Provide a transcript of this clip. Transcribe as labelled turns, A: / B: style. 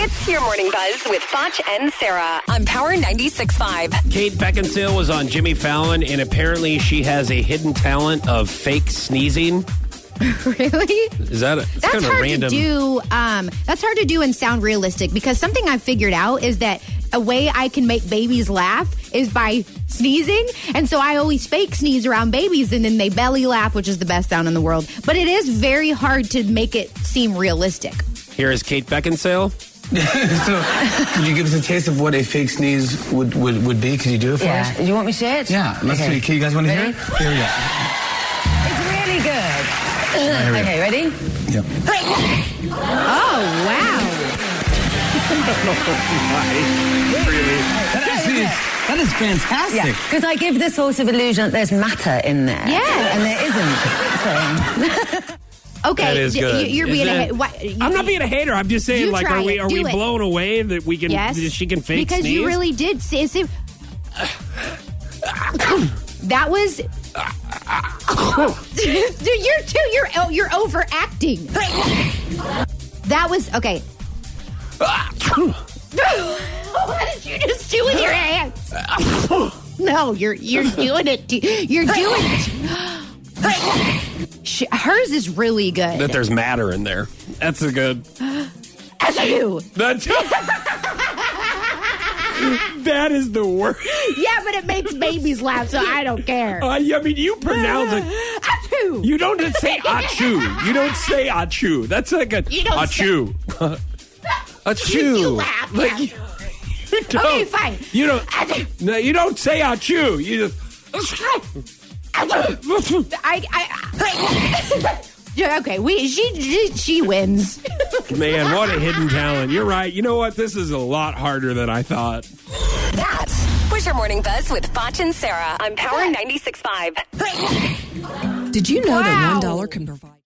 A: It's your morning buzz with Foch and Sarah on Power 96.5.
B: Kate Beckinsale was on Jimmy Fallon, and apparently she has a hidden talent of fake sneezing.
C: Really?
B: Is that it's
C: That's
B: kind of
C: hard
B: random?
C: to do. Um, that's hard to do and sound realistic because something I've figured out is that a way I can make babies laugh is by sneezing, and so I always fake sneeze around babies, and then they belly laugh, which is the best sound in the world. But it is very hard to make it seem realistic.
B: Here is Kate Beckinsale.
D: So, could you give us a taste of what a fake sneeze would, would, would be? Could you do it for us?
E: Yeah. You want me to say it?
D: Yeah, let's
E: Okay.
D: see. Can you guys want to hear
E: Ready?
D: it? Here we
E: It's really good.
D: we go.
E: okay, ready?
D: go. Yeah.
C: Oh wow!
D: That, actually is, that is fantastic.
E: Yeah. Because I give the sort of illusion that there's matter in there.
C: Yes.
E: And there isn't. So.
C: Okay,
B: That is
C: y-
B: good.
C: y- you're being
B: Isn't
C: a.
B: it-
C: ha- What, you-
B: I'm not being a hater. I'm just saying,
C: You
B: like,
C: try
B: are we
C: it.
B: are
C: Do
B: we
C: it.
B: blown away that we can
C: Yes,
B: that she can fake
C: because
B: sneeze?
C: you really did. See, see, that was. Dude, you're too. You're oh, you're overacting. that was okay. what did you just do with your hands? no, you're you're doing it. to- You're doing it. Sh- Hers is really good.
B: that there's matter in there. That's a good.
C: Ew.
B: That's. that is the worst.
C: Yeah, but it makes babies laugh, so I don't care.
B: I, I mean, you pronounce it.
C: Achoo.
B: You don't just say achu. You don't say achu. That's like a
C: You don't
B: achu. achu.
C: You- you laugh,
B: Like
C: yeah.
B: you, you don't.
C: Okay, fine.
B: You
C: Achoo.
B: don't. No, you don't say achu. You just.
C: I, I, yeah, okay. We she she, she wins.
B: Man, what a hidden talent. You're right. You know what? This is a lot harder than I thought.
A: That was your morning buzz with Foch and Sarah on Power 96.5.
F: Did you know
C: Wow.
F: that $1 can provide?